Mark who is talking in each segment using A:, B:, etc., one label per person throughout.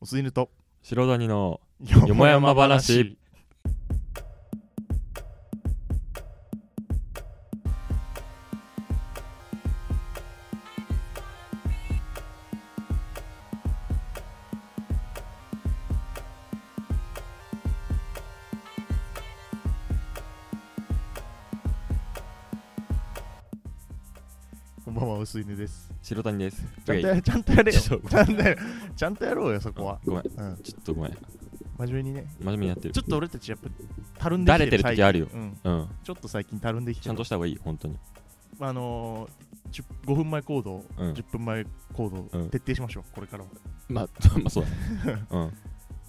A: おすいぬと
B: 白谷の
A: よ
B: もやま話
A: こんばんはおすいぬです
B: 白谷です
A: ちゃんと
B: ウェイ
A: やちゃんとやれよ
B: ちょっと
A: ちゃんとやれちゃんとやろうよそこは、
B: ごめん
A: うん、
B: ちょっとごめん
A: 真面目にね
B: 真面目にやってる
A: ちょっと俺たちやっぱたるんできてる
B: だれてる時
A: 最近
B: あるよ
A: うん、
B: うん
A: ちょっと最近たるんできて
B: ちゃんとした方がいい本当に
A: あのー、5分前行動、
B: うん
A: 10分前行動、
B: うん
A: 徹底しましょうこれからは
B: まあま あそう だねうん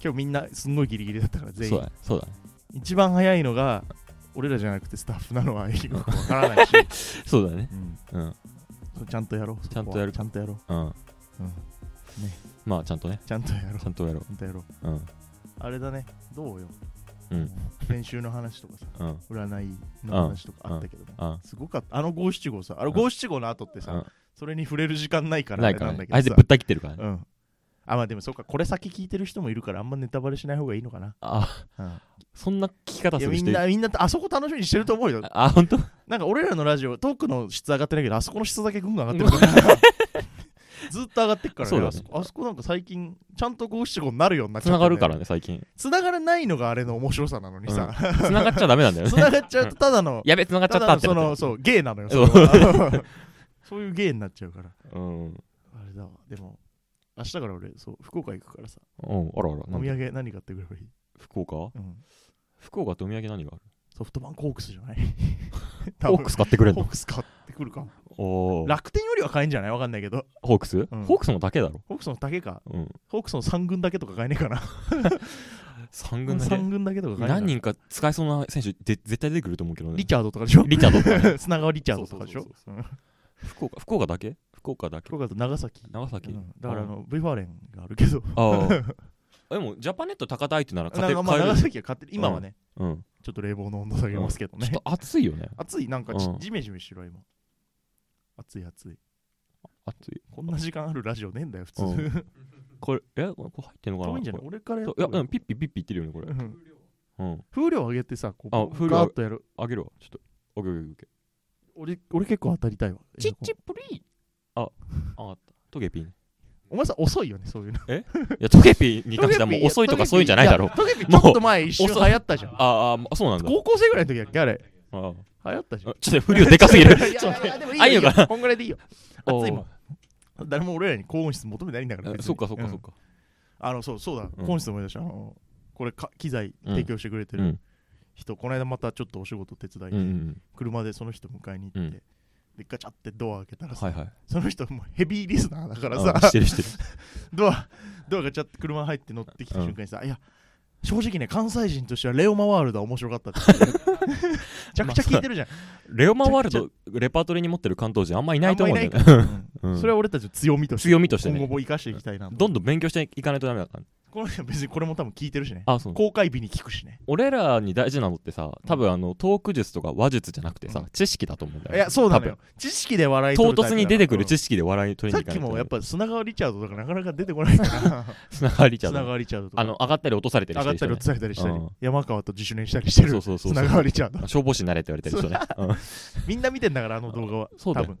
A: 今日みんなすんごいギリギリだったから全
B: そう
A: 員
B: だねそうだね
A: 一番早いのが俺らじゃなくてスタッフなのはよくわからない し、
B: そうだね
A: うん
B: うん
A: そうちゃんとやろうそこは
B: ちゃんとやる
A: ちゃんとやろう、
B: うん
A: うん、
B: まあちゃんとね
A: ちゃんとやろう
B: ちゃんとやろ
A: ちゃんとやろう
B: ううん
A: あれだねどうよ、
B: うん
A: 練習の話とかさ
B: うん
A: 占いの話とかあったけども、
B: あ
A: すごかったあの五七五さあの
B: うん
A: 五七五の後ってさ、
B: うん
A: それに触れる時間ないから
B: な
A: あ
B: い
A: れ
B: か
A: な
B: ら
A: んだ
B: ね
A: け
B: あ
A: ど
B: い
A: さ
B: つぶった切ってるからね
A: うんあまあでもそうかこれ先聞いてる人もいるからあんまネタバレしない方がいいのかな、
B: あ
A: うん
B: そんな聞き方
A: い
B: す
A: や
B: る
A: み
B: 人
A: ん
B: いる
A: なみんなあそこ楽しみにしてると思うよ
B: あ本当
A: なんか俺らのラジオトークの質上がってないけどあそこの質だけぐんぐん上がってるから ずっと上がってっから
B: そ
A: ね
B: う
A: あ
B: だね
A: そこあそこなんか最近ちゃんと五七五になるようになっちゃっ
B: 繋
A: て、
B: がるからね最近
A: 繋がらないのがあれの面白さなのにさ、
B: 繋がっちゃダメなんだよ ね
A: 繋がっちゃうとただの
B: やべ繋がっちゃったって
A: ただ
B: な
A: の
B: っ
A: そのそう
B: てる
A: ゲイなのよそ
B: そう
A: れは そういうゲイになっちゃうから
B: うん
A: あれだわでも明日から俺そう福岡行くからさ
B: うんあらあら
A: お
B: な
A: 土
B: んで
A: 産何買ってくればいい、
B: 福岡
A: うん
B: 福岡ってお土産何が
A: ソフトバンクホークスじゃない
B: あ るホークス買ってくれ
A: 多分
B: ん
A: ホ
B: の
A: ークス買ってくるかも
B: おー
A: 楽天よりは買えんじゃないわかんないけど
B: ホークス
A: ん
B: ホークスもだけだろ
A: ホークスのだけか
B: うん
A: ホークスの3軍だけとか買えねえかな
B: 3軍だけ
A: 3軍だけとか買えねえかな
B: 何人か使えそうな選手で絶対出てくると思うけどね
A: リチャードとかでしょ
B: リチャードとか ね
A: 砂川リチャードとかでしょ
B: そう
A: うん
B: 福岡福岡だけ福岡だけ
A: 福岡と長崎
B: 長崎
A: うんだからあの V ファーレンがあるけど
B: あ あでもジャパネット高台ってなら勝
A: なん
B: て
A: か
B: る
A: まあ
B: 買え
A: 長
B: る
A: 崎は買ってる今はね
B: うん
A: ちょっと冷房の温度下げますけど
B: ちょ
A: ね
B: っと暑いよね
A: 暑いなんかじ,、
B: うん
A: じめじめしろ今暑い暑い
B: 暑い
A: こんな時間あるラジオねえんだよ普通、
B: う
A: 遠
B: これえこれ入ってんのかない
A: んじゃない
B: こ
A: 俺からや
B: れそ
A: っ
B: ういや
A: と
B: うんピッピピッピ言ってるよねこれ
A: うん
B: うん
A: 風量上げてさこ
B: あ
A: う
B: 風量
A: ガーッとやる
B: あげるわちょっとオッケーオッケーオッケ
A: 俺俺結構当たりたいわ
B: ーチッチプリーああったトゲピン
A: お前さ遅いよねそういうの
B: いやトゲピンに関してはもう遅いとかそういうんじゃないだろ
A: トゲピちょっと前一瞬
B: 遅い
A: 流行ったじゃん
B: あーあーそうなんだ
A: 高校生ぐらいの時だっけあれ
B: あー
A: 流行ったじゃん
B: あちょっと不良でかす ぎる
A: いやいやいやでもい
B: あ
A: い
B: いい
A: よ
B: の
A: いい
B: か
A: よこんぐらいでいいよ
B: お
A: 暑
B: ー
A: いもん誰も俺らに高音質求めてないんだから
B: あ
A: 別に
B: そっかそっかそっ
A: ん
B: か
A: あのそうそうだ
B: うん
A: 高音質思い出したあのこれか機材提供してくれて
B: う
A: る
B: ん
A: 人、この間またちょっとお仕事手伝い
B: うんう
A: で、
B: ん
A: 車でその人迎えに行って、
B: うん
A: でガチャってドア開けたらさ、
B: はいはい
A: その人もうヘビーリスナーだから
B: あし
A: さ、
B: て るしてる
A: ドア、ドアガチャって車入って乗ってきた瞬間にさ、いや、正直ね、関西人としてはレオマワールドは面白かった って言って。めちゃくちゃ聞いてるじゃん。
B: レオマワールドレパートリーに持ってる関東人あんまいないと思うんだよね
A: あんまいないから
B: う
A: うん
B: ん
A: それは俺たちの強みとして、
B: 強みとして
A: 今
B: ね
A: 後も生かしていきたいなと。
B: どんどん勉強していかないとダメだからね
A: この人は別にこれも多分聞いてるしね。
B: あそう
A: 公開日に聞くしね。
B: 俺らに大事なのってさ多分あのトーク術とか話術じゃなくてさ、
A: うん
B: 知識だと思うんだよ
A: い
B: ね
A: や、そうなの
B: 多
A: よ。知識で笑い
B: 分
A: 取
B: 唐突に出てくる
A: 知識
B: 知識で笑い取り
A: さっ
B: に行か
A: き
B: ないと
A: もやっぱ砂川リチャードとかなかなか出てこない から。
B: 砂川リチャー
A: 砂
B: ド
A: 川リチャードとか
B: あの上がったり落とされてる
A: 上が
B: 人
A: っ
B: でしたょ
A: り落とされたりしたり、
B: うん
A: 山川と自主練したりして
B: そ
A: る
B: うそうそうそう
A: 砂川リチャード
B: 消防士になれって言われてる人ね、う
A: みんな見てんだからあの動画は
B: そうだ
A: 多
B: よ
A: 分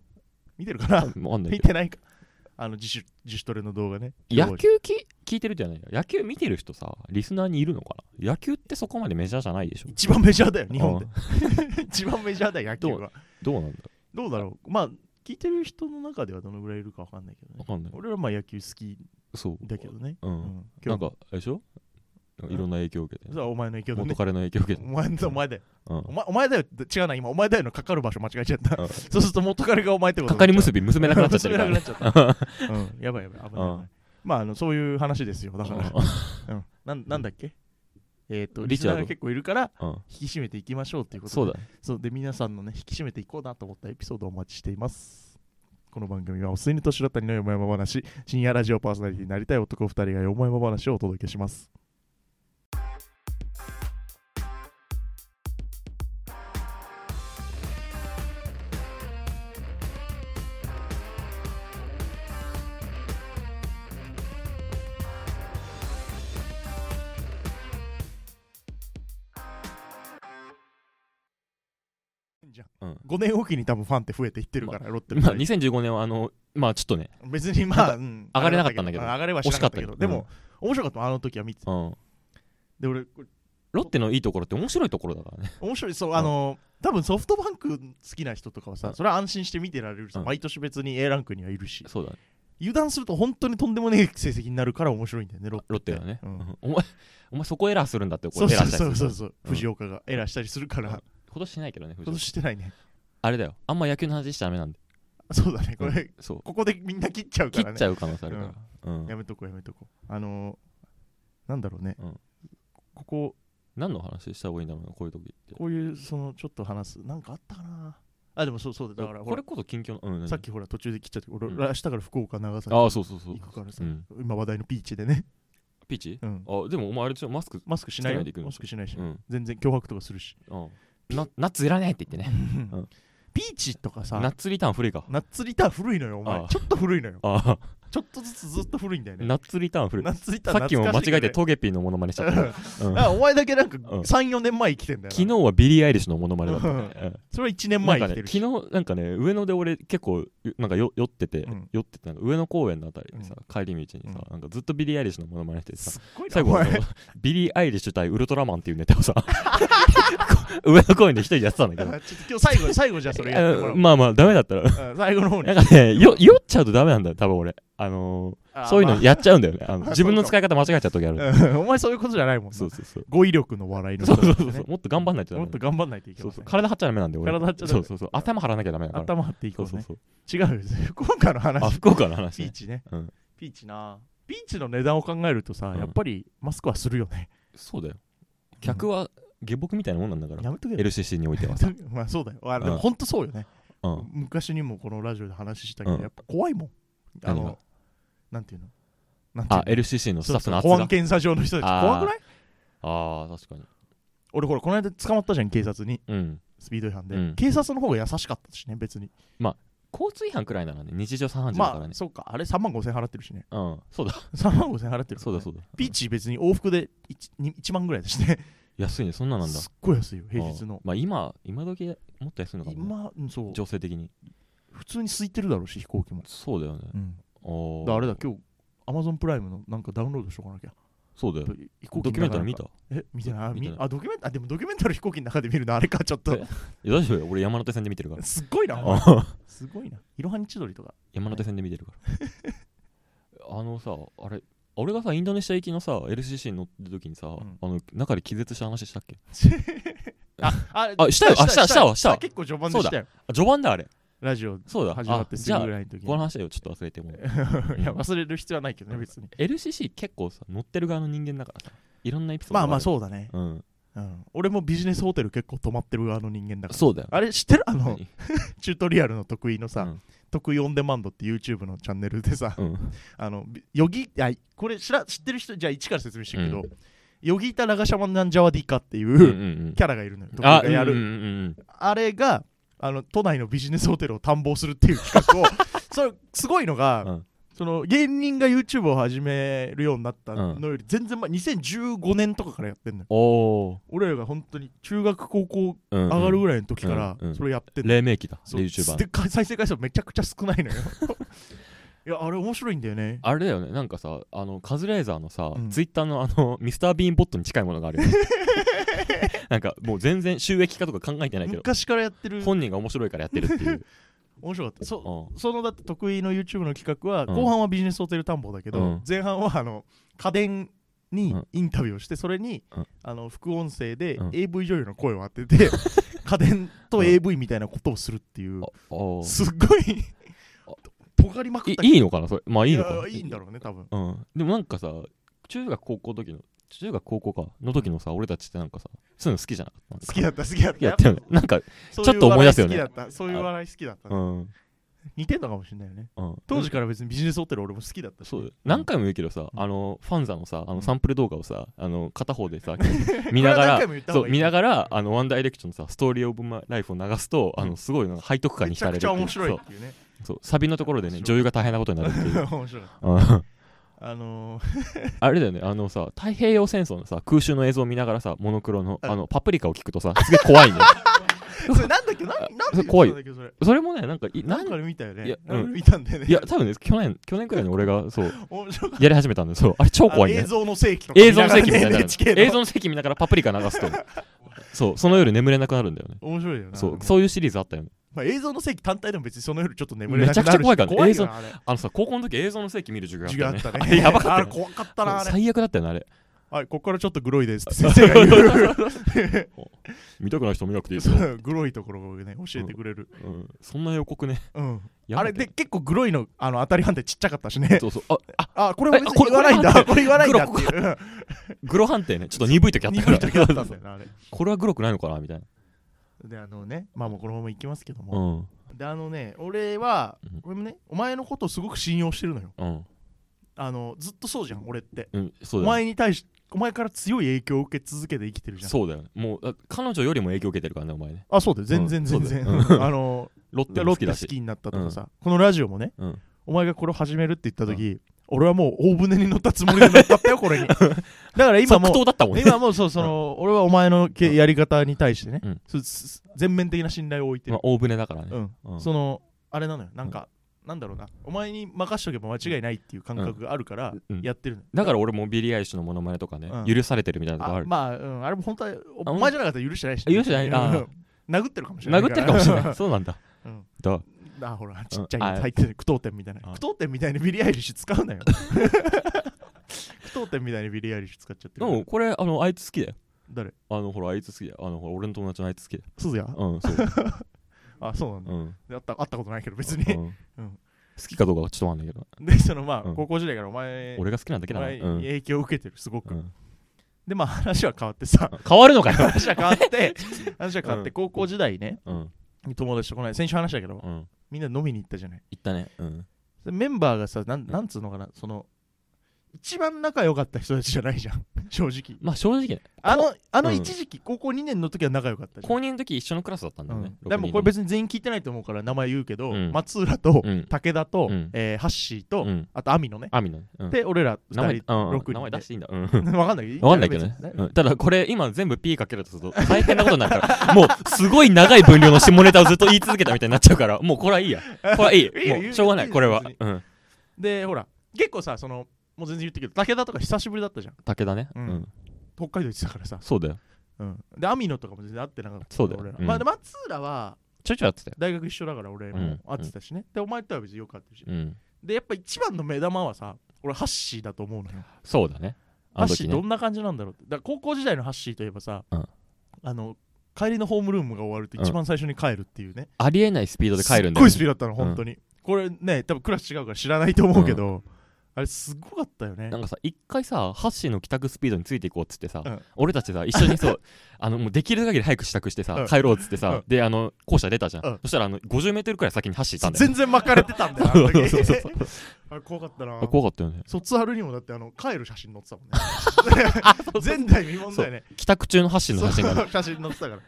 A: 見てるかな
B: ん、わかんない
A: 見
B: けど
A: てないかあの自主自主トレの動画ね
B: 野球き聞いてるじゃないよ野球見てる人さリスナーにいるのかな野球ってそこまでメジャーじゃないでしょ
A: 一番メジャーだよ日本で一番メジャーだよ野球は
B: どうなんだろ
A: どうだろうまあ聞いてる人の中ではどのぐらいいるかわかんないけど
B: う
A: ね
B: わかんない
A: 俺はまあ野球好き
B: そう
A: だけどね、
B: う
A: うんん、
B: な
A: 今
B: ん
A: 日
B: かあれでしょなんかいろんな影響を受けて
A: それはお前の影響だ
B: 元
A: ね
B: 彼の影響を受け
A: お
B: て、
A: 前のお前だよ
B: うん
A: お前お前だよ違うな今お前だよのかかる場所間違えちゃった
B: うん
A: そうすると元彼がお前ってこと
B: かかり
A: になっちゃう
B: 結び結べなくなっちゃってるから、ね、
A: 結べなくなっちゃった。 うん、やばいやばい、危ない危
B: う
A: ない。まあ、あの、そういう話ですよ。だから、うん、なんなんだっけえっと、リ
B: リ
A: チ
B: チ
A: ャ
B: ャード
A: ーが結構いるから、
B: うんうん
A: 引き締めていきましょうっていうことで。
B: そうだね
A: そうで、皆さんのね、引き締めていこうなと思ったエピソードをお待ちしています。この番組は、おすいぬと白谷のよもやま話、深夜ラジオパーソナリティになりたい男2人がよもやま話をお届けします。んじゃん
B: うん
A: 5年おきに多分ファンって増えていってるから、ロッテの
B: まあ、
A: 場合
B: 2015年はあのまあちょっとね、
A: 別にまあ、うん
B: 上がれなかったんだけど
A: 上がれはしなかったけど
B: 惜しかった
A: で
B: よ
A: も、面白かったあの時は見て
B: うん、
A: で俺これ
B: ロッテのいいところって面白いところだからね
A: 面白いそうあの多分ソフトバンク好きな人とかはさそれは安心して見てられるさ
B: うん
A: 毎年別に A ランクにはいるし
B: そうだね
A: 油断すると本当にとんでもねえ成績になるから面白いんだよねロッテ
B: ロッテはね、
A: うん
B: うんお前お前そこエラーするんだってこ
A: そう
B: うエラ
A: そ
B: ー
A: う
B: したりす
A: そ
B: る
A: うそうそう、
B: うん
A: 藤岡がエラーしたりするから、
B: うん今年しないけどね藤
A: 今
B: 井
A: 年してないね
B: あれだよあんま野球の話しちゃダメなんで
A: そうだねこれ、
B: そう
A: ここでみんな切っちゃうか
B: 切
A: ら
B: っ
A: ね
B: ちゃう可能性あるから、うん
A: やめとこうやめとこうあのー、なんだろうね、
B: うん
A: ここ
B: 何の話した方がいいんだろうなこういう時って
A: こういうそのちょっと話すなんかあったかなあでもそうそうだだからほ
B: こ
A: ら
B: れこそ近況の、うん、
A: さっきほら途中で切っちゃって俺、
B: うん
A: 明日から福岡長崎
B: ああそうそうそう
A: 行くからさ、
B: うん、
A: 今話題のピーチでね、
B: ピーチ
A: うん、
B: あでもお前あれでしょマスク
A: マスクしない
B: つけな
A: よ
B: いで行くの
A: マスクしないし、
B: うん
A: 全然脅迫とかするし、
B: あなナッツいらないって言ってねん
A: ピーチとかさ
B: ナッツリターン古いか
A: ナッツリターン古いのよお前
B: あ
A: ちょっと古い のよ
B: ああ
A: ちょっとずつずっと古いんだよね
B: ナッツリターン古い
A: ナッツリターン
B: さっきも間
A: 懐かしい
B: 違
A: けど
B: えて
A: ね
B: トゲピーのモノマネしちゃった、うん
A: あお前だけなんか
B: ん
A: 34年前生きてんだよな
B: 昨日はビリー・アイリッシュのモノマネだった、
A: うん
B: うん
A: それは1年
B: な
A: 前
B: んか
A: 生
B: ね
A: きてる
B: 昨日
A: し
B: なんかね上野で俺結構なんかよ酔ってて、
A: うん
B: 酔っててなんか上野公園のあたりでさ、帰り道にさ、なんかずっとビリー・アイリッシュのモノマネしててさ
A: すっごいな
B: 最後
A: お
B: あの
A: 前
B: ビリー・アイリッシュ対ウルトラマンっていうネ タをさ上野公園で一人でやってたんだ
A: ち
B: け
A: ょ っと今日
B: ど
A: 最後最後じゃあそれやってもらおう
B: まあまあダメだったら
A: うん最後の方に
B: なんかねよ酔っちゃうとダメなんだよ多分俺あのーそういうのやっちゃうんだよねあの
A: まあ
B: 自分の使い方間違えちゃう時ある
A: あまあうんお前そういうことじゃないもんな
B: そうそうそう
A: 語彙力の笑いの
B: そ
A: 人
B: う
A: だか
B: そ
A: らね
B: うそうそうもっと頑張んないとダ
A: も
B: メ
A: っと頑張んないといけ
B: そ
A: ま
B: う
A: せ
B: そうん体張っちゃダメなんで俺
A: 体張っちゃダメ
B: そうそうそう頭張らなきゃダメだから
A: 頭張っていこ
B: そううそう
A: ね
B: そう
A: 違うよ福岡の
B: あ
A: 話
B: 福岡の話
A: ピー
B: ね
A: チね
B: うん
A: ピーチなピーチの値段を考えるとさ
B: うん
A: やっぱりマスクはするよね
B: そうだよ客は下僕みたいなもんなんだから
A: やめとけよ
B: LCC においてはさ
A: まあそうだよあでも
B: うん
A: 本当そうよね
B: うん
A: 昔にもこのラジオで話したけ
B: う
A: ど
B: ん
A: やっぱ怖いもんあ
B: 何が
A: のなんていうのなんていう
B: あ
A: の
B: LCC のス
A: そ
B: タ
A: う
B: ッフ
A: そ
B: の
A: う
B: 圧
A: 保安
B: が
A: 検査場の人たち
B: あー
A: 怖くない
B: ああ確かに
A: 俺ほらこの間捕まったじゃん警察に
B: うん
A: スピード違反で、
B: うん
A: 警察の方が優しかったしね別に
B: 交通違反くらいならね日常茶飯事だか
A: ま
B: ら
A: あ
B: ね
A: そうかあれ3万5千払ってるしね
B: うんそうだ
A: 3万5千払ってる、
B: そうだそうだ
A: ピーチ別に往復で 1, 1万ぐらいだしね
B: 安いねそんななんだ
A: すっごい安いよ平日
B: ああ
A: の
B: まあ今今時もっと安いのかもね、
A: 今うんそう
B: 情勢的に
A: 普通に空いてるだろうし飛行機も、
B: そうだよね
A: うん、
B: お
A: だか
B: ー
A: らあれだ今日アマゾンプライムのなんかダウンロードしとかなきゃ
B: そうだよ
A: 飛行
B: ド
A: 機
B: キュメンタリー見
A: の
B: た
A: 中え見てないあ
B: 見て
A: み
B: ない
A: あドキュメンタリーでもドキュメンタリー飛行機の中で見るのあれかちょっと
B: えいや大丈夫よ俺山手線で見て るから
A: すっごいなお前
B: あ
A: すごいないろはに千鳥とか
B: 山手線で見てるか らあのさあれ俺がさインドネシア行きのさ LCC に乗ってる時にさ、
A: ん
B: あの中で気絶した話したっけ
A: あ
B: あしたよあしたしたわしたわ
A: 結構序盤でしたよ
B: あ序盤だあれ
A: ラジオ
B: そうだ
A: 始まって
B: あ
A: す
B: じ
A: ぐ
B: ゃあ
A: ぐらいの時に
B: この話をちょっと忘れても
A: いや忘れる必要はないけどね別に
B: LCC 結構さ乗ってる側の人間だからさいろんなエピソード
A: まあまあ
B: う
A: そうだね、
B: うん
A: うん、俺もビジネスホテル結構泊まってる側の人間だから
B: そうだよ
A: あれ知ってるあの
B: 何
A: チュートリアルの得意のさ、
B: うん
A: 得意オンデマンドって YouTube のチャンネルでさ、
B: うん
A: あのよぎあこれ知ら知ってる人じゃあ一から説明してるけど、
B: う
A: ヨギータ・ラガシャマン・ナンジャワディカっていう、
B: うんうん
A: キャラがいるのよ
B: うんあ
A: 得意がやる、
B: うんうんうん
A: あれがあの都内のビジネスホテルを探訪するっていう企 画をそれすごいのが、
B: うん
A: その芸人が YouTube を始めるようになったのより全然前2015年とかからやってんのよ
B: おお
A: 俺らが本当に中学高校
B: 上
A: 上がるぐらいの時から
B: うんうん
A: それやってんの、
B: 黎明期だ
A: そう
B: YouTuber
A: でか再生回数めちゃくちゃ少ないのよ いやあれ面白いんだよね
B: あれだよねなんかさあのカズレーザーのさ、
A: うん
B: ツイッターのあの ミスタービーンボットに近いものがあ るよねなんかもう全然収益化とか考えてないけど
A: 昔からやってる
B: 本人が面白いからやってるっていう、
A: 面白かったそう
B: う
A: そのだって得意の YouTube の企画は、
B: うん
A: 後半はビジネスホテル探訪だけど、
B: うん
A: 前半はあの家電に
B: うん
A: インタビューをしてそれに、
B: うん
A: あの副音声で
B: うん
A: AV 女優の声を当て て、家電と
B: うん
A: AV みたいなことをするっていう、
B: ん、ああー
A: すっごい
B: あ
A: 尖りまく
B: い
A: った
B: いいのかなそれまあいいのか
A: い
B: な
A: やいいんだろうね多分
B: うん、でもなんかさ中学高校の時の中学高校かの時のさ、俺たちってなんかさそういうの好きじゃなかったなんか
A: 好きだった好きだっ
B: やったたよねなんか
A: そう
B: ちょっと思い出すよね
A: う笑い好きだったそういう笑い好きだった
B: う
A: ね
B: ん、
A: 似てんのかもしれないよね
B: うん、
A: 当時から別にビジネスホテル俺も好きだったし
B: そうだよ何回も言うけどさ、あのファンザのさあのサンプル動画をさあの片方でさ 見ながらそう見な
A: が
B: がらあのワンダイレクションのさストーリー・オブ・マイ・ライフを流すと、あのすごいなんか背徳感
A: め
B: に
A: ちゃ
B: 浸れ
A: く
B: るっ
A: ち
B: てい
A: ゃ面白い
B: うそ
A: っ
B: う
A: ていうね
B: そうサビのところでね
A: 面白
B: 女
A: い
B: 優が大変なことになるって いう
A: 面白い
B: うん
A: あのー
B: あれだよねあのさ太平洋戦争のさ空襲の映像を見ながらさモノクロの
A: うん
B: あのパプリカを聞くとさすげえ怖いんだよ
A: それなんだっけなんなんて言ってたん
B: 怖い
A: だっけそれ
B: それもねなんかいな
A: なんんかで見たよね
B: いやう
A: なん
B: ん
A: かで見たんだよね
B: いや多分ね去年去年くらいに俺がそう
A: 面白かっ
B: やり始めたんでそうあれ超
A: た
B: 怖い
A: 映
B: ね
A: 像の世紀とか
B: 映像の席みたいになる
A: NHK の
B: 映像の席見ながらパプリカ流すとそうその夜眠れなくなるんだよね
A: 面白いよな
B: そう
A: あの
B: そういうシリーズあったよね
A: まあ、映像の世紀単体でも別にその夜ちょっと眠れなくなるし
B: めちゃくちゃ怖いからね
A: 怖いよなあれ
B: あのさ高校の時映像の世紀見る授業
A: 授業
B: あ
A: あ
B: ったよね
A: った
B: あれ
A: ね
B: やばかった
A: あ
B: よ
A: れ
B: ね
A: 怖かったなあ れ
B: 最悪だったよねあれ
A: はいここからちょっとグロいですって先生が言う
B: 見たくない人見なくていいです
A: そ
B: よ、
A: う グロいところをね教えてくれる、
B: うん、そんな予告ね
A: うん
B: や
A: あ
B: ばか
A: れ
B: ったよ
A: で結構グロいのあの当たり判定ちっちゃかったしね
B: そうそうああ
A: あこれは別
B: えあこ
A: に
B: れ
A: 言わないんだこれ言わないんだっ
B: グ
A: て
B: ロ
A: いう
B: グロ判定ねちょっと鈍い時あったか
A: 鈍
B: ら
A: い時だったんだよなあれ
B: これはグロくないのかなみたいな
A: であのねまあもうこのままいきますけど
B: う
A: も、
B: ん
A: であのね俺は
B: うん
A: 俺もねお前のことをすごく信用してるのよ
B: うん、
A: あのずっとそうじゃん俺って
B: うん、そ
A: お
B: うだよね
A: 前に対しお前から強い影響を受け続けて生きてるじゃん
B: そうだよねもうあ彼女よりも影響受けてるからねお前ね
A: あそうだよ全然
B: うん
A: 全然、
B: そうだようん
A: あの
B: ロッテ
A: ロ
B: も
A: ッテ
B: 好き
A: 好
B: だし
A: きになったとかさ、このラジオもね
B: うん、
A: お前がこれを始めるって言った時、俺はもう大船に乗ったつもりで乗っかったよこ れにだから今
B: 即
A: も
B: 答だったもん
A: う
B: ね
A: 今もうそうその、俺はお前のけやり方に対してね、
B: うん
A: すす全面的な信頼を置いて
B: ま
A: る
B: あ、、大船だからね、
A: うん
B: うん
A: そのあれなのよなんか、なんだろうなお前に任しとけば間違いないっていう感覚があるから
B: うん
A: やってるのよ、
B: だから俺もビリー・アイリッシュのモノマネとかね、
A: うん
B: 許されてるみたいなとこある、
A: まあ、うん、あれも本当はお
B: あ
A: 前じゃなかったら許してないしね、
B: 許してないあー
A: うん殴ってるかもしれない
B: 殴ってるかもしれな いいそうなんだ、
A: うん
B: だから
A: あほらちっちゃい
B: う
A: の
B: んあ
A: 入ってる句読点みたいな句
B: あ
A: 読点みたいにビリー・アイリッシュ使うな よ句読点みたいにビリー・アイリッシュ使っちゃって
B: で
A: る
B: もこれあのあいつ好きだよ
A: 誰
B: あのほらあいつ好きだよあのほら俺の友達のあいつ好きだよ
A: すずや
B: うんそう、
A: あそうなんだ
B: うん
A: 会った会ったことないけど別
B: う
A: に
B: ん
A: うん
B: 好きかどうかはちょっとわかんないけど
A: でそのまあ
B: うん
A: 高校時代からお前
B: 俺が好きなんだけ
A: お
B: どな、う
A: 前に
B: ん
A: 影響を受けてるすご
B: う
A: く
B: ん、
A: でまあ話は変わってさ
B: 変わるのかよ、
A: 話は変わ って話は変わって
B: うん
A: 高校時代ね
B: うん
A: 友達とこない先週話したけど
B: うん、
A: みんな飲みに行ったじゃない
B: 言ったね、うん、
A: でメンバーがさなんなんつうのかなその一番仲良かった人たちじゃないじゃん正直
B: まあ正直ね
A: あのあの
B: うん
A: 一時期高校2年の時は仲良かったじゃん
B: 高2の時一緒のクラスだったんだ
A: う
B: よ
A: ん
B: ね、
A: でもこれ別に全員聞いてないと思うから名前言うけど、
B: うん
A: 松浦と
B: うん
A: 武田と、
B: うん
A: えーハッシーと、
B: うん
A: あとアミのね、
B: アミの、うん、
A: で俺ら
B: 名
A: 2
B: 前
A: 人、
B: うん
A: 六人で
B: 名前出していいんだ、うん、
A: 分かんないけど
B: わかんないけどね
A: 別に、
B: うんただこれ今全部 P かけるとすると 大変なことになるからもうすごい長い分量の下ネタをずっと言い続けたみたいになっちゃうからもうこれは いいやこれはいい
A: いいよ
B: も
A: 言う
B: うしょうがない
A: いいよ
B: これは
A: 別に
B: うん
A: でほら結構さそのもう全然言ってるけど武田とか久しぶりだったじゃん
B: 武田ね
A: う
B: うんん
A: 北海道行ってたからさ、
B: そうだよ
A: うん、でアミのとかも全然会ってなかった
B: そうだよ
A: 俺ら
B: うん
A: まあで松浦は
B: ちょいちょいやってたよ
A: 大学一緒だから俺
B: う
A: も
B: ん
A: 会ってたしね、でお前とは別によく会ってるし、
B: うん
A: でやっぱ一番の目玉はさ俺ハッシーだと思うのよ
B: そうだね
A: ハ
B: あ
A: ッ
B: の
A: シ
B: 時
A: ーど
B: ね
A: んな感じなんだろうってだから高校時代のハッシーといえばさ、
B: うん
A: あの帰りのホームルームが終わると一番最初に帰るっていうね、
B: ありえないスピードで帰るん
A: すっご
B: だよ
A: い
B: ね
A: スピードだったの本当に、これね多分クラス違うから知らないと思うけど、あれすごかったよね
B: なんかさ一回さハッシーの帰宅スピードについていこうっつってさ、
A: うん
B: 俺たちさ一緒にそう あのもうできる限り早く支度してさ、
A: うん
B: 帰ろうっつってさ、
A: うん
B: であの校舎出たじゃん、
A: うん
B: そしたらあの 50m くらい先にハッシーいたんだよ、
A: 全
B: ね、
A: 然巻かれてたんだよあの時
B: そうそうそう
A: あれ怖かったな
B: あ怖かったよね
A: 卒アルにもだってあの帰る写真載ってたもんね前代未聞だよね
B: 帰宅中のハッシーの写真がね、
A: そう写真載ってたから、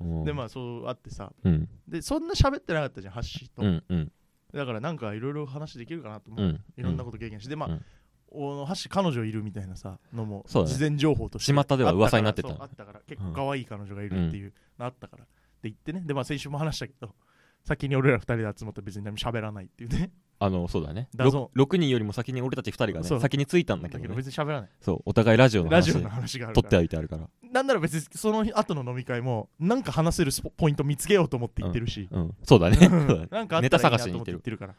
B: うん
A: でまあそうあってさ
B: うん
A: でそんな喋ってなかったじゃんハッシーと、
B: うんうん
A: だからなんかいろいろ話できるかなと思って
B: うん
A: いろんなこと経験して、でまあ、
B: うん
A: おの橋彼女いるみたいなさのも
B: そうだね
A: 事前情報として
B: 巷では噂になってた
A: あったからそうあったから結構可愛い彼女がいるっていうのあったから、で行ってねでまあ先週も話したけど先に俺ら二人で集まって別に何も喋らないっていうね
B: あのそうだね
A: だぞ
B: 6, 人よりも先に俺たち2人が
A: そう
B: ね先に着いたんだ
A: だけ
B: けど,、
A: ど
B: ね、
A: 別に喋らない
B: そうお互いラジオの
A: ラジ
B: 話
A: オの話がある
B: 取っ
A: か
B: て
A: ら
B: はいてあるから、
A: なんなら別にその後の飲み会もなんか話せるスポポイント見つけようと思って行ってるし、
B: うん、そ うだねそうだね
A: なんかあった
B: ネ
A: ら
B: タ
A: いいな
B: 探し
A: と
B: に
A: 思っ
B: 行ってて
A: 行っ
B: る
A: てるから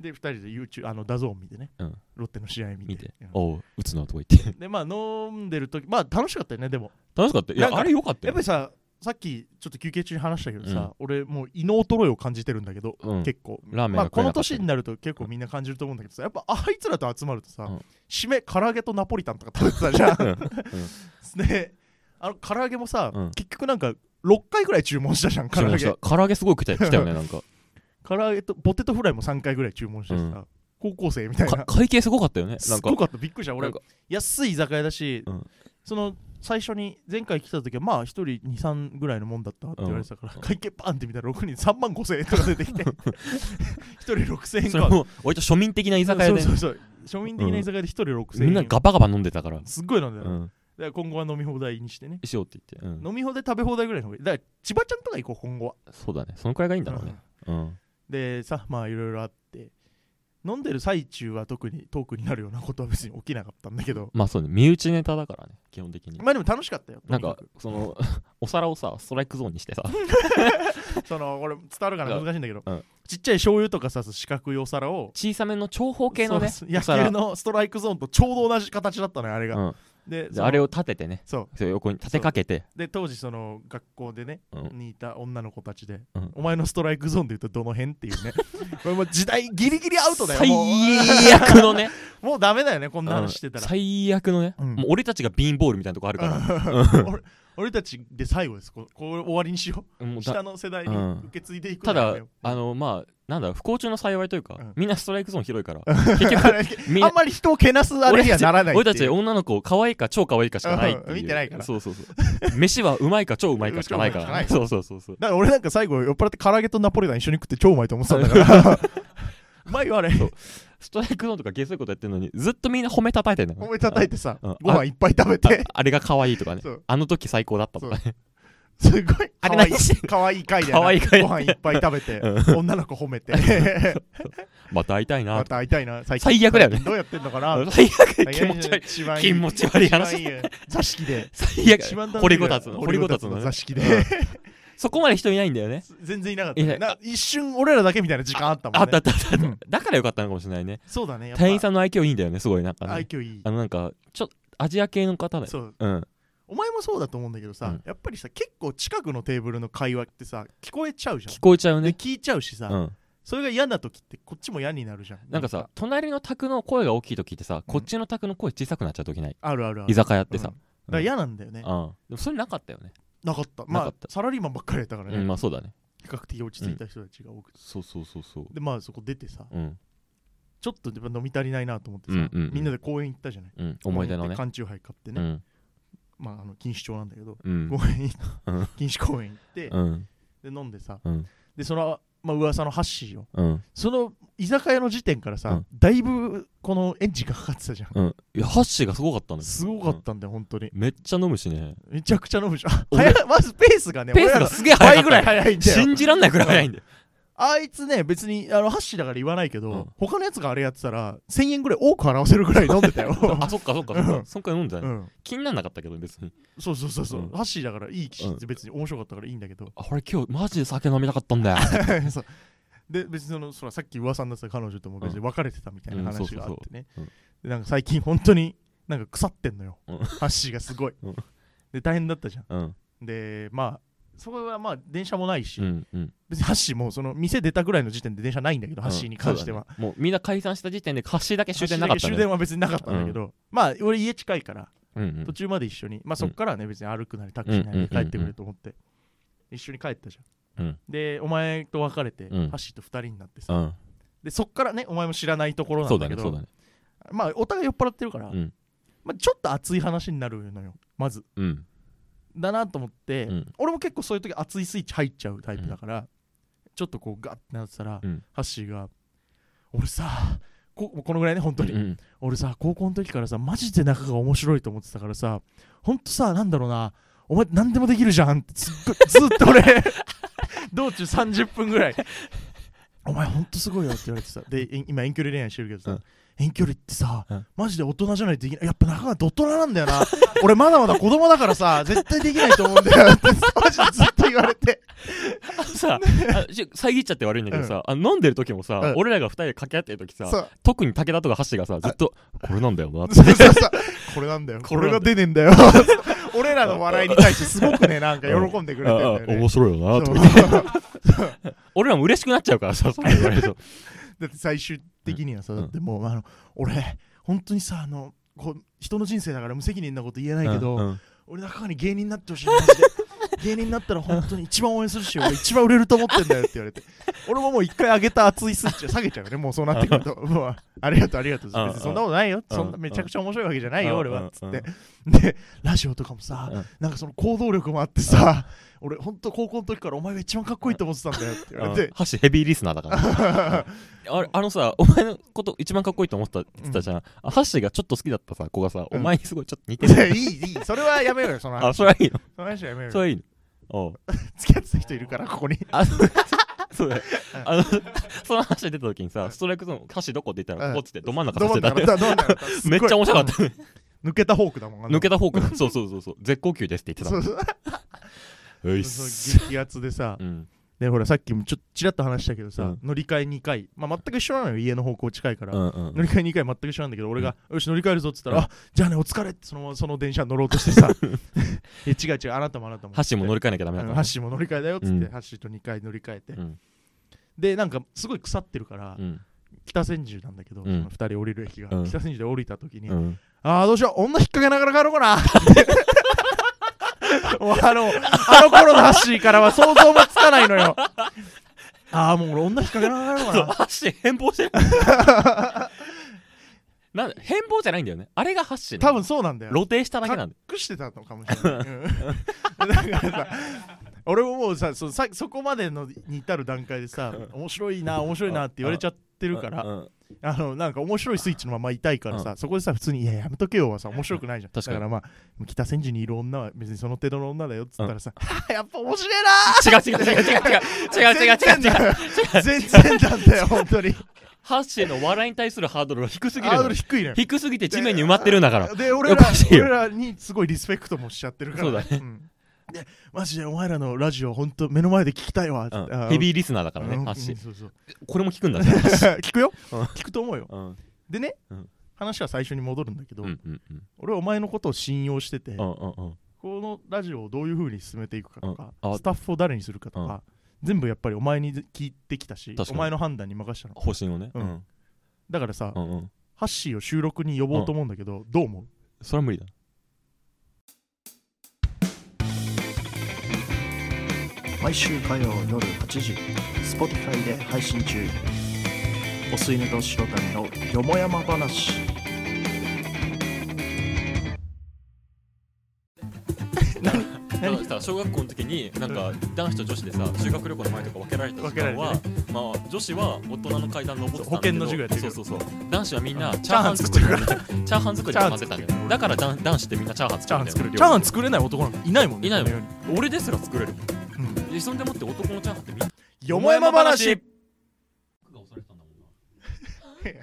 A: で二人で YouTube あのダゾーン見てね、
B: うん
A: ロッテの試合見て
B: 見て
A: うん
B: おう打つなとか言って
A: でまあ飲んでる時まあ楽しかったよねでも
B: 楽しかったい
A: なん
B: や
A: か
B: あれよかった
A: やっ
B: よ
A: ぱりささっきちょっと休憩中に話したけどさ、俺もう胃の衰えを感じてるんだけど、
B: うん
A: 結構
B: ラーメン
A: まあ、
B: が食
A: こ
B: え
A: の
B: なかった
A: 年になると結構みんな感じると思うんだけどさやっぱあいつらと集まるとさ、
B: うん
A: 締め唐揚げとナポリタンとか食べてたじゃん であの唐揚げもさ、
B: うん
A: 結局なんか6回ぐらい注文したじゃ ん唐
B: 注
A: 揚
B: 文した
A: げ
B: 唐揚げすごい来た来たよねなんか
A: 唐揚げとポテトフライも3回ぐらい注文してさ、
B: うん
A: 高校生みたい
B: か
A: な
B: 会計すごかったよねな
A: す
B: んか
A: ごかったびっくりした
B: な
A: 俺
B: んか
A: 安い居酒屋だし、
B: うん
A: その最初に前回来た時はまあ1人23ぐらいのもんだったって言われてたから、会計パンって見たら6人3万5千円とか出て きて1人6000円
B: それ
A: か
B: も割と庶民的な居酒屋で
A: そうそうそう庶民的な居酒屋で1人6000円、
B: みんなガバガバ飲んでたから
A: すっごいなんだよ、
B: うん
A: から今後は飲み放題にしてね
B: しようって言って、うん、
A: 飲み放題食べ放題ぐらいの方がいいだから千葉ちゃんとか行こう今後は
B: そうだねそのくらいがいいんだろうねうん
A: でさまあいろいろあって飲んでる最中は特にトークになるようなことは別に起きなかったんだけど
B: まあそうね身内ネタだからね基本的に
A: まあでも楽しかったよ
B: なんか
A: とに
B: その お皿をさストライクゾーンにしてさ
A: かくその俺伝わるかな難しいんだけど、
B: うん
A: ちっちゃい醤油とかさす四角いお皿を
B: 小さめの長方形のね
A: そう
B: お
A: 野
B: 皿
A: 球のストライクゾーンとちょうど同じ形だったのよあれが、
B: うん
A: で
B: で
A: その
B: あれを立ててね
A: そう
B: そう横に立てかけて
A: で当時その学校でね、
B: うん
A: にいた女の子たちで、
B: うん
A: お前のストライクゾーンで言うとどの辺って いうねこれもう時代ギリギリアウトだよ
B: 最
A: も
B: 悪のね
A: うもうダメだよねこんな話してた
B: うん
A: ら、
B: 最悪のね
A: うん
B: もう俺たちがビーンボールみたいなとこあるか
A: 俺俺たちで最後ですここれ終わりにしよう
B: らもうだ
A: 下の世代に
B: うん
A: 受け継いでいく
B: た
A: のや
B: だ
A: めよう
B: あのまあなんだ不幸中の幸いというか
A: うん
B: みんなストライクゾーン広いから結局み ん
A: あ
B: なん
A: まり人をけなすあれにはならないっていう
B: 俺たち女の子可愛いか超可愛いかしかないって
A: うん
B: いう
A: 見てないから
B: そうそうそう飯はうまいか超うまいかしかないか
A: 超うま
B: ら
A: いかしか
B: そうそうそうそう
A: だから俺なんか最後酔っ払って唐揚げとナポリタン一緒に食って超うまいと思ってたんだからうまいよあれ
B: そうストライクゾーンとかゲスいことやってるのにずっとみんな褒めたたいてんの
A: おめ叩いてさ
B: うん
A: ご飯いっぱい食べ
B: あ
A: て
B: あれが可愛いとかね
A: そう
B: あの時最高だったとかね
A: すごい
B: あれ
A: 可愛
B: 何
A: い
B: してん
A: 可愛い回だよ
B: 可愛い回
A: ご飯いっぱい食べて女の子褒めて
B: また会いたいな
A: また会いたいな最近
B: 最悪だよね
A: どうやってんのかな
B: 最悪気
A: 最
B: 持ち悪い
A: 一番い
B: 気持ち悪い話
A: 一番いい座敷で
B: 最悪
A: 一番楽しい
B: 掘りごたつの
A: 掘
B: 掘
A: り
B: り
A: ご
B: ご
A: た
B: た
A: つ
B: つの
A: の
B: ね
A: 座敷で
B: そこまで人いないんだよね
A: 全然いなかった
B: いな
A: ね
B: い
A: な一瞬俺らだけみたいな時間あったもんね
B: あったあったあった
A: うん
B: だからよかったのかもしれないね
A: そうだねやっぱ
B: 店員さんの愛嬌いいんだよねすごいなんか
A: 愛
B: ね
A: 嬌いい
B: あのなんかちょっとアジア系の方だよ
A: そう
B: うん
A: お前もそうだと思うんだけどさ、
B: うん
A: やっぱりさ結構近くのテーブルの会話ってさ聞こえちゃうじゃん
B: 聞こえちゃう
A: で
B: ね
A: 聞いちゃうしさ、
B: うん
A: それが嫌な時ってこっちも嫌になるじゃん
B: なんかさ隣の宅の声が大きい時ってさこっちの宅の声小さくなっちゃう時ない
A: あるあるある
B: 居酒屋って
A: う
B: さ
A: んだから嫌なんだよね、
B: うんでもそれなかったよね
A: なかった
B: な
A: ま
B: か
A: あ
B: った
A: サラリーマンばっかりやったからね、
B: うんまあそうだね
A: 比較的落ち着いた人たちが多くて、
B: そうそうそうそう
A: でまあそこ出てさ
B: うん
A: ちょっとやっぱ飲み足りないなと思ってさ、
B: うんうんうん
A: みんなで公園行ったじゃない
B: うん思い出の
A: 公園行って
B: ね
A: 缶チューハイ買って
B: う
A: ね、
B: ん
A: まああの錦糸町なんだけど、
B: うん
A: 公園行っ
B: うん
A: 錦糸公園行って、
B: うん
A: で飲んでさ
B: うん
A: でそのまあ噂のハッシーを
B: うん
A: その居酒屋の時点からさ、
B: うん
A: だいぶこのエンジンがかかってたじゃん。
B: うんいやハッシーがすごかったのよ
A: すごかったんだよ、本当に。
B: めっちゃ飲むしね
A: めちゃくちゃ飲むじゃん。
B: 俺
A: 早いまずペースがね、
B: ペース
A: 俺ら
B: が
A: の
B: すげえ
A: 倍
B: 速
A: ぐら
B: か
A: い
B: ったよ
A: 早いんだよ。
B: 信じらんないくらい速いんだよ
A: あいつね、別にあのハッシーだから言わないけど、
B: うん
A: 他のやつがあれやってたら、1000円ぐらい多く払わせるぐらい飲んでたよ。
B: あそっかそっかそ
A: う
B: っか
A: ん
B: そんくらい飲んでた
A: う
B: ね
A: ん、
B: 気にならなかったけど別に
A: そうそうそうそう、
B: うん
A: ハッシーだからいい騎士
B: うん
A: 別に面白かったからいいんだけど
B: あれ今日マジで酒飲みたかったんだよ
A: そうで別にそのそらさっき噂になってた彼女とも別に別れてたみたいな
B: うん
A: 話があってね、
B: そうそうそううん
A: でなんか最近本当になんか腐ってんのよ、
B: うん
A: ハッシーがすごい、
B: うん
A: で大変だったじゃん
B: うん
A: でまあそこはまあ電車もないし、
B: うんうん
A: 別にハッシーもその店出たぐらいの時点で電車ないんだけど、ハッシーに関しては、
B: そうだねもうみんな解散した時点でハッシーだけ終電なかった
A: ハッシーだけ終
B: ね
A: 電は別になかったんだけど、まあ俺家近いから
B: うんうん
A: 途中まで一緒に、まあそっからはね別に歩くなりタクシーなりで帰ってくれと思って、一緒に帰ったじゃん、
B: うん
A: でお前と別れて、
B: うん
A: ハッシーと二人になってさ、
B: うん
A: でそっからねお前も知らないところな
B: そうん
A: だ
B: だ
A: け
B: ね
A: ど
B: そうだね
A: まあお互い酔っ払ってるから、
B: うん
A: まあ、ちょっと熱い話になるのよまず
B: うん
A: だなと思って、
B: うん
A: 俺も結構そういう時熱いスイッチ入っちゃうタイプだから、ちょっとこうガッてなってたら、
B: うん
A: ハッシーが「俺さこもうこのぐらいね本当に、
B: うん
A: 俺さ高校の時からさマジで仲が面白いと思ってたからさほんとさなんだろうなお前何でもできるじゃん」ってすっごい ずっと俺道中30分ぐらい「お前ほんとすごいよ」って言われてさでえん今遠距離恋愛してるけどさ、
B: うん
A: 遠距離ってさ、
B: うん
A: マジで大人じゃないとできないやっぱ仲が大人なんだよな俺まだまだ子供だからさ絶対できないと思うんだよ ってマジでずっと言われて
B: あのさ、あちょ遮っちゃって悪いんだけどさ、あの飲んでる時もさ、
A: うん
B: 俺らが二人で掛け合ってる時さ、
A: そう
B: 特に武田とか橋がさ、ずっと、これなんだよ なって。
A: そうそうそうこれなんだよこ
B: こ
A: れ
B: れ
A: が
B: なんだ
A: 出ねえんだよ俺らの笑いに対してすごくねなんか喜んでくれてるんだ
B: ああ
A: よね
B: 面白いよなと
A: そう
B: か俺らも嬉しくなっちゃうからさ、それ言われると。
A: だって最終的にはさ、
B: うん
A: だってもう、あの俺本当にさあのこう人の人生だから無責任なこと言えないけど、
B: うんうん
A: 俺中川に芸人になってほしいマジで芸人になったら本当に一番応援するし俺一番売れると思ってんだよって言われて俺ももう一回上げた熱いスイッチを下げちゃうねもうそうなってくると もうありがとうありがとう別
B: うん
A: にそんなことないよそんな
B: うん
A: めちゃくちゃ面白いわけじゃないよ俺はつ
B: う
A: っ
B: んう
A: て
B: ん
A: でラジオとかもさ
B: うん
A: なんかその行動力もあってさ俺本当高校の時からお前が一番かっこいいと思ってたんだよって言われて
B: ハッシュヘビーリスナーだからあれあのさお前のこと一番かっこいいと思ったって言ってたじゃん、あハッシュがちょっと好きだったさ子がさ、
A: うん
B: お前にすごいちょっと似て
A: い
B: る
A: やいいいいそれはやめようよその
B: あ
A: 話
B: それはいいの
A: その話はやめよう
B: そ
A: よ
B: れはいいのおう
A: 付き合ってた人いるからここ に
B: あそうそうだよあのその話出た時にさストライクゾーン歌詞どこって言っ
A: う
B: たら
A: ん
B: ここっつってど真ん中
A: ど
B: さ
A: 真
B: せ
A: ん
B: た
A: 中
B: ね
A: だったど真ん中だったす
B: め
A: ご
B: っ
A: い
B: ちゃ面白かったね
A: 抜けたフォークだもんあの
B: 抜けた方向そうそうそうそう絶好級ですって言ってた
A: そ
B: も
A: うんそう
B: ういっす
A: そう激アツでさ
B: うん
A: でほらさっきもちょっとちらっと話したけどさ、
B: うん
A: 乗り換え2回、まあ、全く一緒なのよ家の方向近いから、
B: うんうん
A: 乗り換え2回全く一緒なんだけど俺が、よし乗り換えるぞっつったら、あじゃあねお疲れってそのままその電車に乗ろうとして さえ違う違うあなたもあなたも
B: ハッシュも乗り換えなきゃダメ
A: あ
B: だか
A: の
B: ら
A: ハッシーも乗り換えだよっつって、
B: うん
A: ハッシーと2回乗り換えて、
B: うん
A: でなんかすごい腐ってるから、
B: うん
A: 北千住なんだけど、
B: ん
A: その2人降りる駅が、
B: うん
A: 北千住で降りた時に、
B: うん
A: ああどうしよう女引っ掛けながら帰ろうかな もうあのあの頃のハッシーからは想像もつかないのよああもう俺女引っ掛けながら帰ろう
B: そう
A: かな
B: ハッシュ変貌して るなんだ変貌じゃないんだよねあれがハッシュな
A: 多
B: の
A: 分そうなんだよ
B: 露呈しただけなんだよ
A: 隠してたのかもしれないうんだからさ俺ももうさそさそこまでのに至る段階でさ面白いな面白いなって言われちゃってるから
B: うん
A: あのなんか面白いスイッチのままいたいからさ、そこでさ普通に「いややめとけよ」はさ面白くないじゃん
B: 確かに
A: だからまあ北千住にいる女は別にその程度の女だよっつったらさ「 はあやっぱ面白いな
B: 違う違う違う違う違う違う違う違う
A: 全然
B: 違う
A: だよ全然なんだよ本当 に
B: ハッシュの笑いに対するハードルが低すぎる
A: ハー
B: の
A: ドル
B: よ
A: 低いね
B: 低すぎて地面に埋まってるんだから
A: で俺
B: お
A: ら
B: かしいよ
A: 俺らにすごいリスペクトもしちゃってるから
B: そうだね
A: んでマジでお前らのラジオ本当目の前で聞きたいわ、
B: うんヘビーリスナーだ
A: ー
B: からねハッシュ
A: そうそう
B: これも聞 くんだね
A: 聞くよ、
B: うん
A: 聞くと思うよ
B: うん
A: でね、
B: うん
A: 話は最初に戻るんだけど、
B: うんうんうん
A: 俺はお前のことを信用してて、
B: うんうんうん
A: このラジオをどういうふうに進めていくかとか、
B: うんあ
A: スタッフを誰にするかとか、全部やっぱりお前に聞いてきたし
B: 確か
A: お
B: に
A: 前の判断に任したの
B: 方針をね
A: う
B: うんん
A: だからさ、
B: うんうん
A: ハッシーを収録に呼ぼうと思うんだけど、どう思う
B: それは無理だ
C: 毎週火曜夜8時 Spotify で配信中お吸い寝と白谷のよもやま話
B: だからさ小学校の時になんか男子と女子でさ修学旅行の前とか分けられた時間は、
A: 分
B: まあ女子は大人の階段登
A: そう
B: ってたんだけど
A: 保健の授業やってる
B: そうそうそう男子はみんな
A: ん
B: チャーハン作り
A: チャー
B: チャーハン作りを学んでたんだよだからだん男子ってみんなチャーハン
A: チャーハ
B: 作
A: ン
B: る
A: 作
B: んだよ
A: るチャーハン
B: 料
A: 作れない男なんていないもんね
B: いないもん
A: この世に
B: 理俺ですら作れる
A: うん
B: でそれでもって男のチャーハンってみんな
A: よもやま 話
B: よが押されてたんだ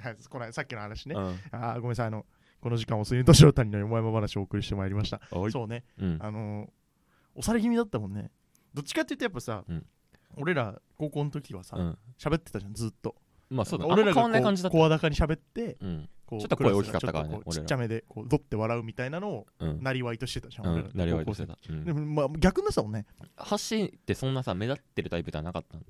A: はいこのさっきの話ね。
B: もんな
A: あーごめんなさい、あの、この時間、おすぎとしろたにのよもやま話をお送りしてまいりました。
B: うん
A: そうね、
B: うん
A: あのー、おされ気味だったもんね。どっちかって言うと、やっぱさ、
B: うん
A: 俺ら高校の時はさ
B: う、ん
A: 喋ってたじゃん、ずっと。
B: まあそうだあん
A: 俺
B: ま
A: ら
B: 変
A: が
B: わんない
A: こ
B: 感じだ
A: う
B: った
A: 声高に喋って、
B: うん
A: こう
B: ちょっと声大きかったからね
A: クラスがちょっとこうち
B: 俺ら
A: っちゃめで、こう、どって笑うみたいなのを、
B: うん
A: なりわいとしてたじゃん、
B: う
A: 俺
B: ん
A: ら。
B: なりわいとして
A: 高校
B: たう
A: 生
B: ん
A: でも、まあ、逆にさもんね、
B: ハッシーってそんなさ目立ってるタイプではなかったの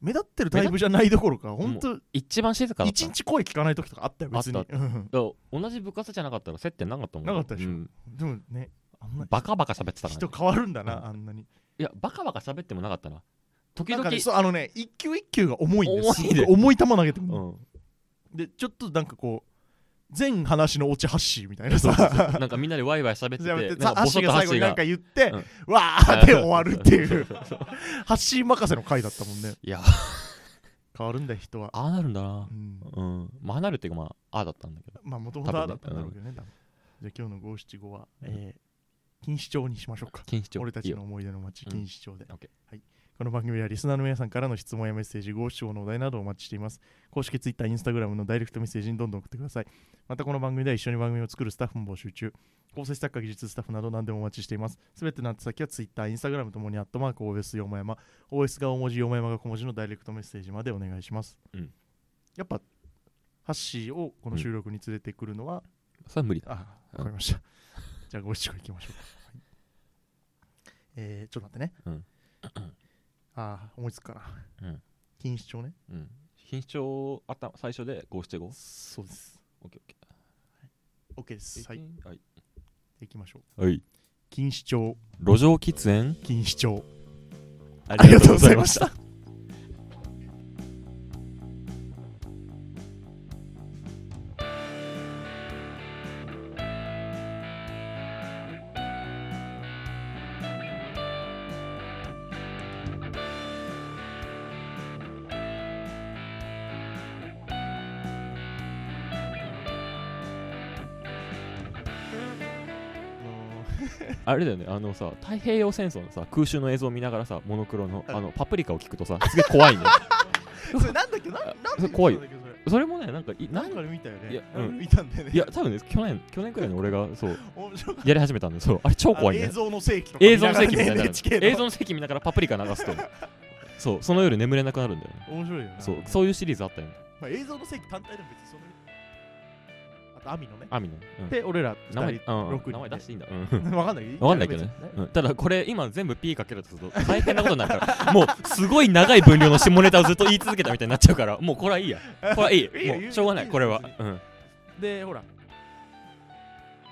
A: 目立ってるタイプじゃないどころか、ほんと、
B: 一番静かだった
A: 一日声聞かない時とかあったよ、別に
B: あっ。
A: うん
B: だから同じ部活じゃなかったら接点なかったもん
A: なかったでしょ
B: うん
A: でもね、あんな
B: バカバカ喋ってたからね、
A: 人変わるんだな、
B: うん
A: あんなに。
B: いやバカバカ喋ってもなかったな時
A: なん
B: 々
A: かね、そうあのね、一球一球が重いんで
B: 重
A: す。
B: い
A: す
B: ね
A: ごく重い球投げてくる、
B: うん
A: で、ちょっとなんかこう、全話のオチハッシーみたいな
B: そうそうそ
A: さ、
B: うなんかみんなでワイワイ喋って
A: やめ
B: て
A: て
B: な
A: さハ
B: んか
A: ッ
B: ボ
A: シ
B: ソ
A: ー
B: ッ
A: が
B: とハ
A: 最
B: ッ
A: 後
B: シー
A: になん
B: が
A: か言って
B: うん、
A: わーで終わるって いう、ハッシー任せの回だったもんね。
B: いや
A: 変わるんだよ、人は。
B: ああなるんだな
A: うん、
B: うんまあなるっていうかまあああだったんだけど
A: まあ、もともとあ
B: 多
A: だ
B: 分ね
A: ったんだろうけどね、多分じゃあ今日の五七五は、えー、錦糸町にしましょうか。
B: 錦糸町
A: 俺た
B: いい
A: ち
B: よ
A: の思い出の街、
B: うん
A: 錦糸町で、
B: オッケ
A: はい。この番組はリスナーの皆さんからの質問やメッセージ、ご視聴のお題などをお待ちしています。公式 Twitter、Instagram のダイレクトメッセージにどんどん送ってください。またこの番組では一緒に番組を作るスタッフも募集中。構成作家、技術スタッフなど何でもお待ちしています。すべての宛先は Twitter、Instagram ともに、アットマーク OS よもやま、OS が大文字、よもやまが小文字のダイレクトメッセージまでお願いします。
B: うん
A: やっぱ、ハッシーをこの収録に連れてくるのは、
B: それは無理だ
A: あ、わかりました。 じゃあ、ご視聴いきましょうか。はいえー、ちょっと待って
B: う
A: ね
B: ん。
A: あー、思いつくかな。
B: うん
A: 錦糸町ね。
B: うん錦糸町あった最初で五七五
A: そうです。
B: オッケーオッケ
A: OK です。
B: ー
A: はい。じゃあ行きましょう。
B: はい
A: 錦糸町
B: 路上喫煙
A: 錦糸町
B: あ
A: ありがとうございました
B: あれだよねあのさ太平洋戦争のさ空襲の映像を見ながらさモノクロのあのパプリカを聞くとさすげえ怖いね
A: それなんだっけななん
B: それ怖いよそれもねなんかいなん
A: 何かで見たよね
B: いやうん
A: 見たんだよね
B: いや多分ね去年去年くらいに俺がそう
A: 面白かっ
B: やり始めたんでそうあれ超
A: た
B: 怖い
A: 映
B: ね
A: 像の世紀とか
B: 映像の席みたいになる
A: NHK の
B: 映像の席見ながらパプリカ流すとそうその夜眠れなくなるんだよね
A: 面白いよな
B: そうそういうシリーズあったよね
A: まあ映像の世紀単体でも別にそんなにあとアミのね
B: アミの、うん、
A: で俺ら
B: 名前
A: 2人
B: うんうん
A: 六人で
B: 名前出していいんだ、うん
A: わかんないけど
B: わかんないけどねうんただこれ今全部 P かけるとすると大変なことになるからもうすごい長い分量の下ネタをずっと言い続けたみたいになっちゃうからもうこれはいいやこれはいい
A: いいよ
B: もうしょうがない
A: いいよ
B: これは
A: 別
B: うん
A: でほら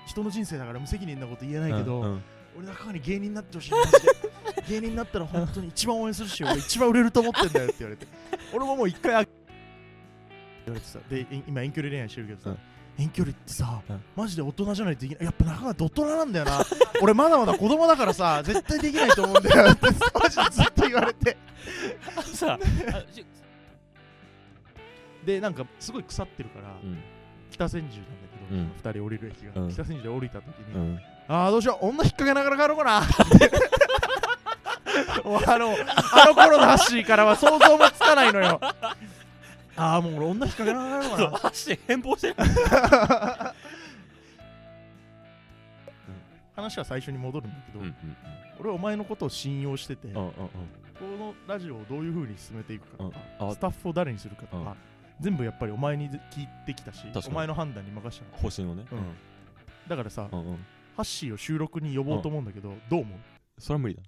A: 人の人生だから無責任なこと言えないけど、
B: うんうん
A: 俺中川に芸人になってほしいマジで芸人になったら本当に一番応援するし俺一番売れると思ってんだよって言われ て俺ももう一回あ言われてさでい今遠距離恋愛してるけどさ、
B: うん
A: 遠距離ってさ、
B: うん
A: マジで大人じゃないとできないやっぱ中川って大人なんだよな俺まだまだ子供だからさ絶対できないと思うんだよってマジでずっと言われて
B: あのさあし
A: でなんかすごい腐ってるから、
B: うん
A: 北千住なんだけど、
B: うん
A: 二人降りる駅が、
B: うん
A: 北千住で降りた時に、
B: うん
A: ああどうしよう女引っ掛けながら帰ろうかなもうあのあの頃のハッシーからは想像もつかないのよああもう俺女引っ掛けながら帰
B: そう
A: ろうか
B: 足変貌してる
A: な話は最初に戻るんだけ
B: う
A: ど、
B: んうん
A: 俺はお前のことを信用してて、
B: う
A: こ
B: んうんうん
A: のラジオをどういう風に進めていくか
B: う
A: と
B: ん
A: か、
B: あ
A: スタッフを誰にするかとか、
B: うん
A: 全部やっぱりお前に聞いてきたし
B: 確かに
A: お前の判断に任せたの
B: 星のね
A: うんだからさ、
B: うんうん
A: ハッシーを収録に呼ぼうと思うんだけど、どう思う
B: それは無理だ